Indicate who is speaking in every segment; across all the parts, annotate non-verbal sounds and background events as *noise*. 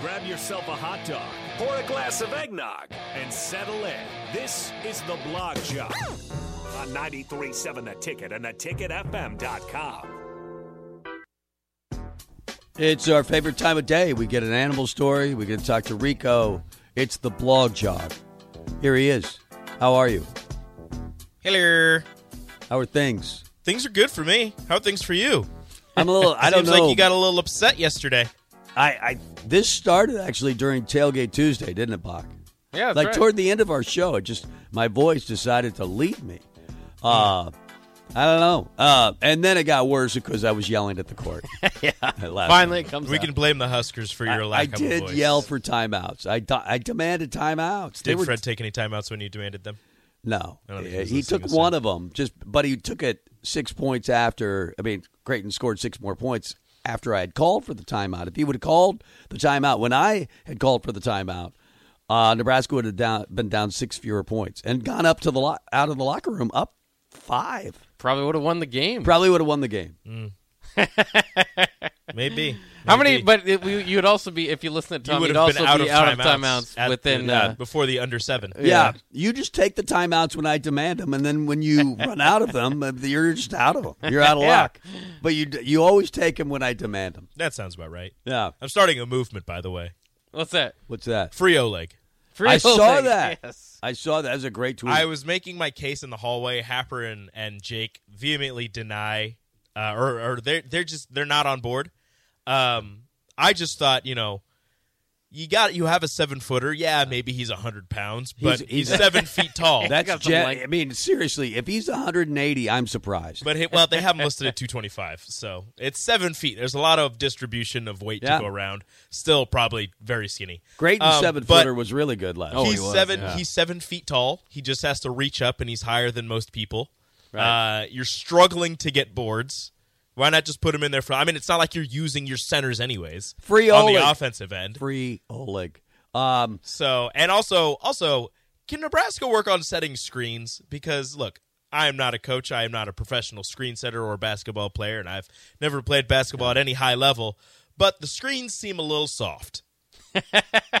Speaker 1: Grab yourself a hot dog pour a glass of eggnog and settle in. This is the Blog Job on 93.7 The Ticket and theticketfm.com.
Speaker 2: It's our favorite time of day. We get an animal story. We get to talk to Rico. It's the blog jog. Here he is. How are you?
Speaker 3: Hello.
Speaker 2: How are things?
Speaker 3: Things are good for me. How are things for you?
Speaker 2: I'm a *laughs* little. I don't
Speaker 3: Seems
Speaker 2: know.
Speaker 3: like you got a little upset yesterday.
Speaker 2: I, I this started actually during Tailgate Tuesday, didn't it, Bach?
Speaker 3: Yeah,
Speaker 2: like toward the end of our show, it just my voice decided to leave me. Uh I don't know. Uh, and then it got worse because I was yelling at the
Speaker 3: *laughs*
Speaker 2: court. *laughs* yeah,
Speaker 4: Finally, it comes.
Speaker 3: We
Speaker 4: out.
Speaker 3: can blame the Huskers for your
Speaker 2: I,
Speaker 3: lack
Speaker 2: I
Speaker 3: of a
Speaker 2: did
Speaker 3: voice.
Speaker 2: yell for timeouts. I, de- I demanded timeouts.
Speaker 3: Did Fred take any timeouts when you demanded them?
Speaker 2: No,
Speaker 3: I don't think he
Speaker 2: he,
Speaker 3: was listening
Speaker 2: took
Speaker 3: to
Speaker 2: one
Speaker 3: Sam.
Speaker 2: of them. Just, but he took it six points after. I mean, Creighton scored six more points after I had called for the timeout. If he would have called the timeout when I had called for the timeout, uh, Nebraska would have down, been down six fewer points and gone up to the lo- out of the locker room up five.
Speaker 4: Probably would have won the game.
Speaker 2: Probably would have won the game.
Speaker 3: Mm-hmm. Maybe.
Speaker 4: *laughs* How
Speaker 3: Maybe.
Speaker 4: many? But it, you- you'd also be if you listen to
Speaker 3: you
Speaker 4: Tom.
Speaker 3: would
Speaker 4: would
Speaker 3: have
Speaker 4: also
Speaker 3: been out
Speaker 4: be
Speaker 3: of
Speaker 4: out
Speaker 3: timeouts,
Speaker 4: of timeouts
Speaker 3: at-
Speaker 4: within.
Speaker 3: uh,
Speaker 4: uh,
Speaker 3: before the under seven.
Speaker 2: Yeah. you just take the timeouts when I demand them, and then when
Speaker 3: *laughs*
Speaker 2: you run out of them, you're just out of them. You're out of
Speaker 4: Yeah.
Speaker 2: luck. But you you always take them when I demand them.
Speaker 3: That sounds about right.
Speaker 2: Yeah,
Speaker 3: I'm starting a movement, by the way.
Speaker 4: what's *laughs* that?
Speaker 2: what's that?
Speaker 3: Free Oleg.
Speaker 4: Free
Speaker 2: I saw
Speaker 4: thing.
Speaker 2: that.
Speaker 4: Yes.
Speaker 2: I saw that. That was a great tweet.
Speaker 3: I was making my case in the hallway. Happer and, and Jake vehemently deny, uh, or, or they're they're just they're not on board. Um, I just thought, you know, you got you have a seven footer. Yeah, maybe he's hundred pounds, but
Speaker 2: He's-
Speaker 3: he's,
Speaker 2: he's-
Speaker 3: seven
Speaker 2: *laughs*
Speaker 3: feet tall.
Speaker 2: That's
Speaker 4: got some
Speaker 2: Jet.
Speaker 4: like-
Speaker 2: I mean, seriously, if he's 180, I'm surprised.
Speaker 3: But he, well, they have him listed at 225, so it's seven feet. There's a lot of distribution of weight
Speaker 2: Yeah.
Speaker 3: to go around. Still, probably very skinny.
Speaker 2: Great
Speaker 3: Um,
Speaker 2: seven
Speaker 3: but
Speaker 2: footer was really good last.
Speaker 4: Oh, he
Speaker 3: he's
Speaker 4: was,
Speaker 3: seven.
Speaker 4: yeah.
Speaker 3: He's seven feet tall. He just has to reach up, and he's higher than most people.
Speaker 2: Right.
Speaker 3: Uh, you're struggling to get boards. Why not just put him in there for? I mean, it's not like you're using your centers anyways.
Speaker 2: Free
Speaker 3: on
Speaker 2: Oleg.
Speaker 3: the offensive end.
Speaker 2: free Oleg. Um,
Speaker 3: So, and also, also, can Nebraska work on setting screens? Because look, I am not a coach. I am not a professional screen setter or basketball player, and I've never played basketball at any high level. But the screens seem a little soft.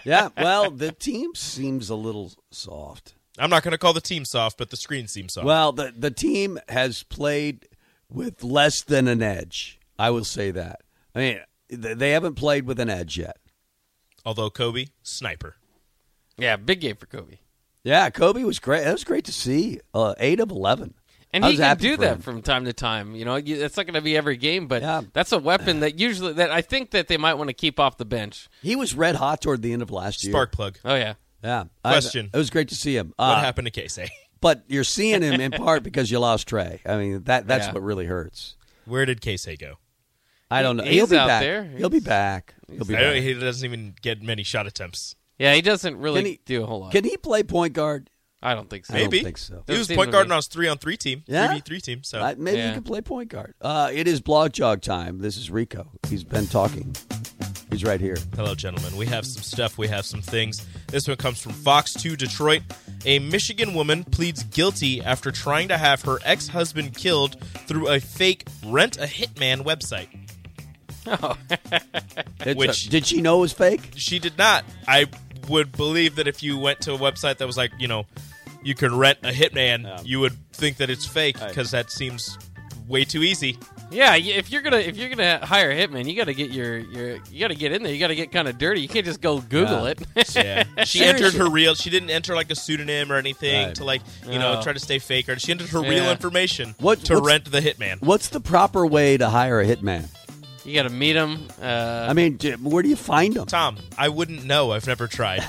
Speaker 2: yeah. Well, the team seems a little soft.
Speaker 3: I'm not going to call the team soft, but the screens seem soft.
Speaker 2: Well, the the team has played with less than an edge. I will say that. I mean, th- they haven't played with an edge yet.
Speaker 3: Although Kobe sniper.
Speaker 4: Yeah, big game for Kobe.
Speaker 2: Yeah, Kobe was great. That was great to see. Uh, eight of eleven.
Speaker 4: And
Speaker 2: I
Speaker 4: he
Speaker 2: was
Speaker 4: can
Speaker 2: happy
Speaker 4: do
Speaker 2: for
Speaker 4: that
Speaker 2: him.
Speaker 4: from time to time. You know, You- it's not going to be every game, but
Speaker 2: Yeah.
Speaker 4: that's a weapon that usually that I think that they might want to keep off the bench.
Speaker 2: He was red hot toward the end of last year.
Speaker 3: Spark plug.
Speaker 4: Oh yeah,
Speaker 2: Yeah.
Speaker 3: Question.
Speaker 2: I, it was great to see him.
Speaker 3: What
Speaker 2: Uh,
Speaker 3: happened to Casey? *laughs*
Speaker 2: But you're seeing him in part because you lost Trey. I mean, that that's
Speaker 4: Yeah.
Speaker 2: what really hurts.
Speaker 3: Where did Casey go?
Speaker 2: I don't know.
Speaker 4: he's
Speaker 2: He'll be
Speaker 4: out
Speaker 2: back.
Speaker 4: there.
Speaker 2: He'll be back. He'll be
Speaker 3: I don't,
Speaker 2: back.
Speaker 3: he doesn't even get many shot attempts.
Speaker 4: yeah, he doesn't really
Speaker 2: Can he-
Speaker 4: do a whole lot.
Speaker 2: Can he play point guard?
Speaker 4: I don't think so.
Speaker 2: I don't
Speaker 3: Maybe.
Speaker 2: think so.
Speaker 3: He was
Speaker 4: Doesn't
Speaker 3: point
Speaker 4: seem
Speaker 3: guard
Speaker 4: to
Speaker 3: on his three on three team.
Speaker 2: Yeah?
Speaker 3: Three v three team. So
Speaker 2: Uh, maybe he
Speaker 4: Yeah.
Speaker 2: can play point guard. Uh, it is blog jog time. This is Rico. He's been talking. He's right here.
Speaker 3: Hello, gentlemen. We have some stuff. We have some things. This one comes from Fox 2 Detroit. A Michigan woman pleads guilty after trying to have her ex husband killed through a fake rent a hitman website.
Speaker 2: It's a-
Speaker 3: Which-
Speaker 2: did she know it was fake?
Speaker 3: She did not. I would believe that if you went to a website that was like, you know, you can rent a hitman,
Speaker 2: Um,
Speaker 3: you would think that it's fake because that seems way too easy.
Speaker 4: Yeah, y- if you're gonna if you're gonna hire a hitman, you got to get your your you got to get in there. You got to get kind of dirty. You can't just go Google
Speaker 2: Yeah.
Speaker 4: it. *laughs*
Speaker 3: Yeah. *laughs* she entered her real. She didn't enter like a pseudonym or anything
Speaker 2: Right.
Speaker 3: to like you know
Speaker 4: Oh.
Speaker 3: try to stay fake. Or she entered her real
Speaker 4: Yeah.
Speaker 3: information
Speaker 2: What-
Speaker 3: to
Speaker 2: what's-
Speaker 3: rent the hitman.
Speaker 2: What's the proper way to hire a hitman?
Speaker 4: You got to meet him. Uh,
Speaker 2: I mean, j- where do you find them?
Speaker 3: Tom, I wouldn't know. I've
Speaker 2: *laughs*
Speaker 3: never tried.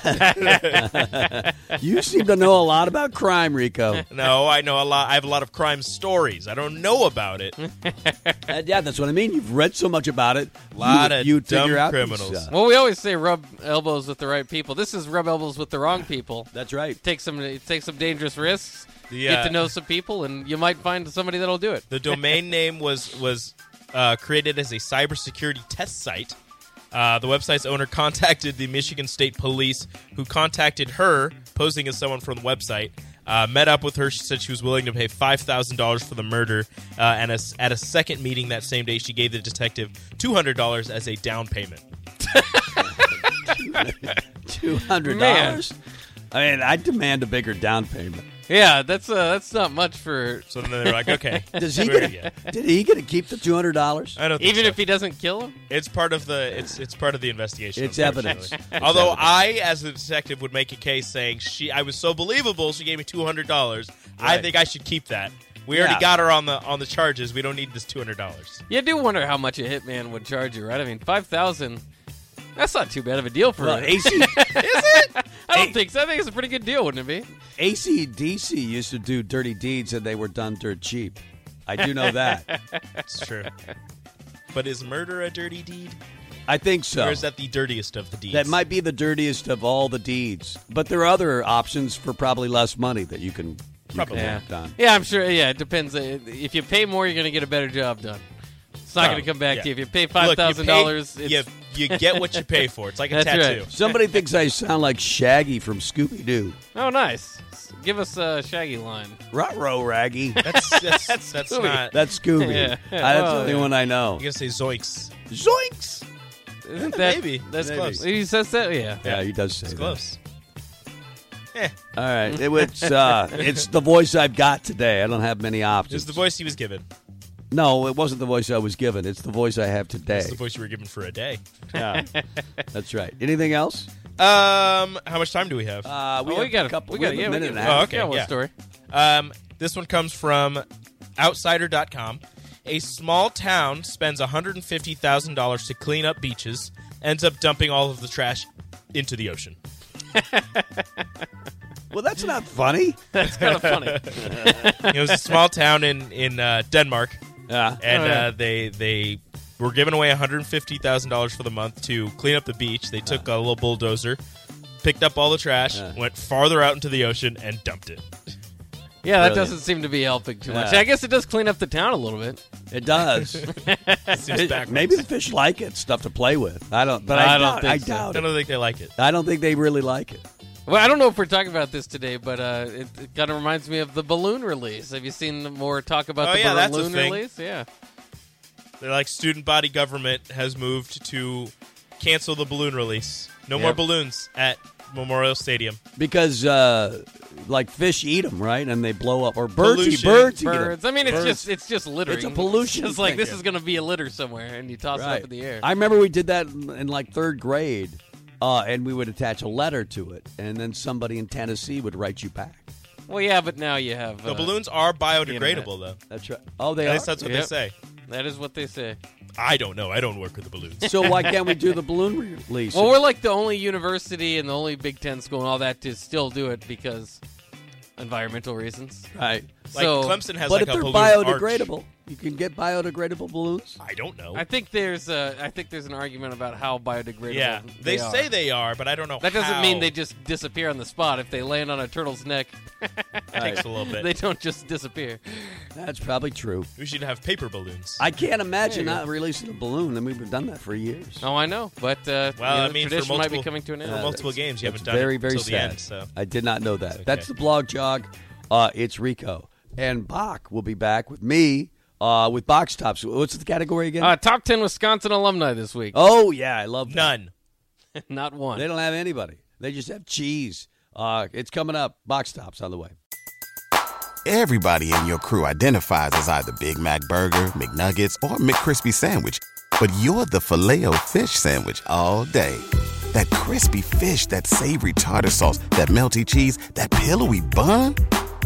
Speaker 2: You seem to know a lot about crime, Rico.
Speaker 3: no, I know a lot. I have a lot of crime stories. I don't know about it.
Speaker 2: Uh, yeah, that's what I mean. You've read so much about it.
Speaker 3: Lot
Speaker 2: you,
Speaker 3: of
Speaker 2: you'd
Speaker 3: dumb
Speaker 2: figure out these,
Speaker 3: criminals.
Speaker 2: uh,
Speaker 4: well, we always say rub elbows with the right people. This is rub elbows with the wrong people.
Speaker 2: that's
Speaker 3: *laughs*
Speaker 2: right.
Speaker 4: Take some take some dangerous risks.
Speaker 3: Yeah.
Speaker 4: Get to know some people, and you might find somebody that'll do it.
Speaker 3: The domain
Speaker 4: *laughs*
Speaker 3: name was was uh, created as a cybersecurity test site. Uh, the website's owner *laughs* contacted the Michigan State Police, who contacted her, posing as someone from the website. Uh, met up with her. She said she was willing to pay five thousand dollars for the murder. Uh, and as, at a second meeting that same day, she gave the detective two hundred dollars as a down payment.
Speaker 2: Two hundred dollars. I mean, I demand a bigger down payment.
Speaker 4: Yeah, that's uh, that's not much for
Speaker 3: So then they're like, "Okay,
Speaker 2: *laughs* Does he
Speaker 3: we're
Speaker 2: get?
Speaker 3: good.
Speaker 2: A, did he get to keep the two hundred dollars?
Speaker 3: I don't think
Speaker 4: even
Speaker 3: so.
Speaker 4: if he doesn't kill him.
Speaker 3: It's part of the it's it's part of the investigation.
Speaker 2: It's
Speaker 3: unfortunately.
Speaker 2: evidence. It's
Speaker 3: *laughs* Although
Speaker 2: evidence.
Speaker 3: I, as the detective, would make a case saying she I was so believable she gave me two hundred dollars. I
Speaker 2: Right.
Speaker 3: think I should keep that. We
Speaker 2: Yeah.
Speaker 3: already got her on the on the charges. We don't need this two hundred dollars.
Speaker 4: You do wonder how much a hitman would charge you, right? I mean, five thousand. That's not too bad of a deal for.
Speaker 2: Well,
Speaker 3: *laughs*
Speaker 4: a-
Speaker 2: AC,
Speaker 4: I don't think so. I think it's a pretty good deal, wouldn't it be?
Speaker 2: ACDC used to do dirty deeds and they were done dirt cheap. I do know that.
Speaker 3: It's true. *laughs* but is murder a dirty deed,
Speaker 2: I think so.
Speaker 3: or is that the dirtiest of the deeds?
Speaker 2: That might be the dirtiest of all the deeds. But there are other options for probably less money that you can, you
Speaker 3: Probably.
Speaker 2: can
Speaker 3: Yeah.
Speaker 2: act on.
Speaker 4: Yeah, I'm sure. Yeah, it depends. Uh, If you pay more, you're going to get a better job done. It's not going to come back
Speaker 3: yeah.
Speaker 4: to you. If you pay
Speaker 3: Look,
Speaker 4: five
Speaker 3: you
Speaker 4: thousand
Speaker 3: pay-
Speaker 4: dollars,
Speaker 3: You you get what you pay for. It's like a
Speaker 4: *laughs* That's right.
Speaker 3: tattoo.
Speaker 2: Somebody thinks I sound like Shaggy from Scooby Doo.
Speaker 4: oh nice. S- Give us a shaggy line.
Speaker 2: Ruh-roh, Raggy.
Speaker 4: *laughs*
Speaker 3: That's that's, that's, not.
Speaker 2: That's Scooby.
Speaker 4: Yeah.
Speaker 2: Uh, That's the
Speaker 4: Oh,
Speaker 2: only
Speaker 4: yeah.
Speaker 2: one I know.
Speaker 3: you gonna say zoinks.
Speaker 2: Zoinks!
Speaker 4: Isn't that
Speaker 3: Maybe that's
Speaker 2: Maybe.
Speaker 3: close.
Speaker 4: He says that. Yeah.
Speaker 2: Yeah, he does say
Speaker 3: It's
Speaker 2: that.
Speaker 3: close. Eh,
Speaker 2: All right. It, it's, uh, it's the voice I've got today. I don't have many options.
Speaker 3: it's the voice he was given.
Speaker 2: No, it wasn't the voice I was given. It's the voice I have today.
Speaker 3: It's the voice you were given for a day.
Speaker 2: Yeah. That's right. Anything else?
Speaker 3: Um, how much time do we have?
Speaker 2: Uh,
Speaker 4: Oh, we
Speaker 2: have
Speaker 4: got a
Speaker 2: couple-
Speaker 4: We got
Speaker 2: have
Speaker 4: yeah,
Speaker 2: a
Speaker 4: we
Speaker 2: minute and a
Speaker 4: got-
Speaker 2: half.
Speaker 3: Oh,
Speaker 4: we
Speaker 3: okay,
Speaker 4: got one
Speaker 3: yeah.
Speaker 4: story.
Speaker 3: um, this one comes from Outsider.com. A small town spends $150,000 to clean up beaches, ends up dumping all of the trash into the ocean.
Speaker 2: Well, that's not funny.
Speaker 4: That's kind of funny.
Speaker 3: it was
Speaker 2: *laughs*
Speaker 3: a small town in in uh, Denmark,
Speaker 2: Yeah.
Speaker 3: and
Speaker 4: Oh, yeah.
Speaker 3: uh, they they were giving away one hundred fifty thousand dollars for the month to clean up the beach. They took a little bulldozer, picked up all the trash, went farther out into the ocean, and dumped it.
Speaker 4: Yeah, that
Speaker 2: Brilliant.
Speaker 4: doesn't seem to be helping too much.
Speaker 2: Yeah.
Speaker 4: I guess it does clean up the town a little bit.
Speaker 2: It does.
Speaker 3: Seems backwards.
Speaker 2: Maybe the fish like it, stuff to play with. I don't, but I,
Speaker 4: I don't
Speaker 2: doubt,
Speaker 4: think
Speaker 2: I
Speaker 4: so.
Speaker 2: doubt
Speaker 3: I
Speaker 2: it.
Speaker 3: don't think they like it.
Speaker 2: I don't think they really like it.
Speaker 4: Well, I don't know if we're talking about this today, but uh, it, it kind of reminds me of the balloon release. Have you seen more talk about
Speaker 3: Oh,
Speaker 4: the
Speaker 3: yeah, that's a
Speaker 4: balloon
Speaker 3: thing.
Speaker 4: release? Yeah.
Speaker 3: They're like student body government has moved to cancel the balloon release. No more
Speaker 4: Yep.
Speaker 3: balloons at Memorial Stadium.
Speaker 2: Because, uh, like, fish eat them, right? And they blow up. Or birds eat
Speaker 3: Pollution.
Speaker 2: birds. eat 'em.
Speaker 4: Birds. I mean, it's
Speaker 2: Birds.
Speaker 4: just it's just littering.
Speaker 2: pollution
Speaker 4: It's like
Speaker 2: thing.
Speaker 4: this is going to be a litter somewhere, and you toss it
Speaker 2: Right.
Speaker 4: up in the air.
Speaker 2: I remember we did that in, in like third grade, uh, and we would attach a letter to it, and then somebody in Tennessee would write you back.
Speaker 4: well, yeah, but now you have
Speaker 3: The
Speaker 4: uh,
Speaker 3: balloons are
Speaker 4: internet.
Speaker 3: biodegradable, though.
Speaker 2: That's right. Oh, they
Speaker 3: At least
Speaker 2: are.
Speaker 3: that's what
Speaker 4: Yep.
Speaker 3: they say.
Speaker 4: That is what they say.
Speaker 3: I don't know. I don't work with the
Speaker 4: *laughs*
Speaker 3: balloons.
Speaker 2: So
Speaker 3: *laughs*
Speaker 2: why can't we do the balloon release?
Speaker 4: Well, we're like the only university and the only Big Ten school and all that to still do it because environmental reasons.
Speaker 2: right.
Speaker 3: Like
Speaker 4: so
Speaker 3: Clemson has
Speaker 2: But
Speaker 3: like
Speaker 2: if
Speaker 3: a
Speaker 2: they're
Speaker 3: balloon
Speaker 2: biodegradable,
Speaker 3: arch.
Speaker 2: you can get biodegradable balloons.
Speaker 3: I don't know.
Speaker 4: I think there's a I think there's an argument about how biodegradable.
Speaker 3: yeah,
Speaker 4: they,
Speaker 3: they,
Speaker 4: are.
Speaker 3: say they are, but I don't know.
Speaker 4: That doesn't
Speaker 3: how.
Speaker 4: mean they just disappear on the spot. If they land on a turtle's neck,
Speaker 3: takes a little bit.
Speaker 4: they don't just disappear.
Speaker 2: That's probably true.
Speaker 3: we should have paper balloons.
Speaker 2: I can't imagine
Speaker 4: There you
Speaker 2: not releasing a balloon. and we've done that for years.
Speaker 4: Oh, I know, but uh,
Speaker 3: well,
Speaker 4: you know,
Speaker 3: I
Speaker 4: the
Speaker 3: mean, for
Speaker 4: tradition
Speaker 3: multiple,
Speaker 4: might be coming to an end.
Speaker 3: for multiple games, you
Speaker 2: That's
Speaker 3: haven't done
Speaker 2: very,
Speaker 3: it
Speaker 2: very
Speaker 3: until
Speaker 2: sad.
Speaker 3: the end. So
Speaker 2: I did not know that.
Speaker 3: okay.
Speaker 2: That's the blog jog. Uh, it's Rico and Bach will be back with me uh, with box tops. What's the category again?
Speaker 4: Uh, top ten Wisconsin alumni this week.
Speaker 2: oh yeah, I love. that.
Speaker 3: none.
Speaker 4: Not one.
Speaker 2: They don't have anybody. They just have cheese. Uh, it's coming up. Box tops on the way.
Speaker 5: Everybody in your crew identifies as either Big Mac Burger, McNuggets, or McCrispy Sandwich. But you're the filet fish Sandwich all day. That crispy fish, that savory tartar sauce, that melty cheese, that pillowy bun.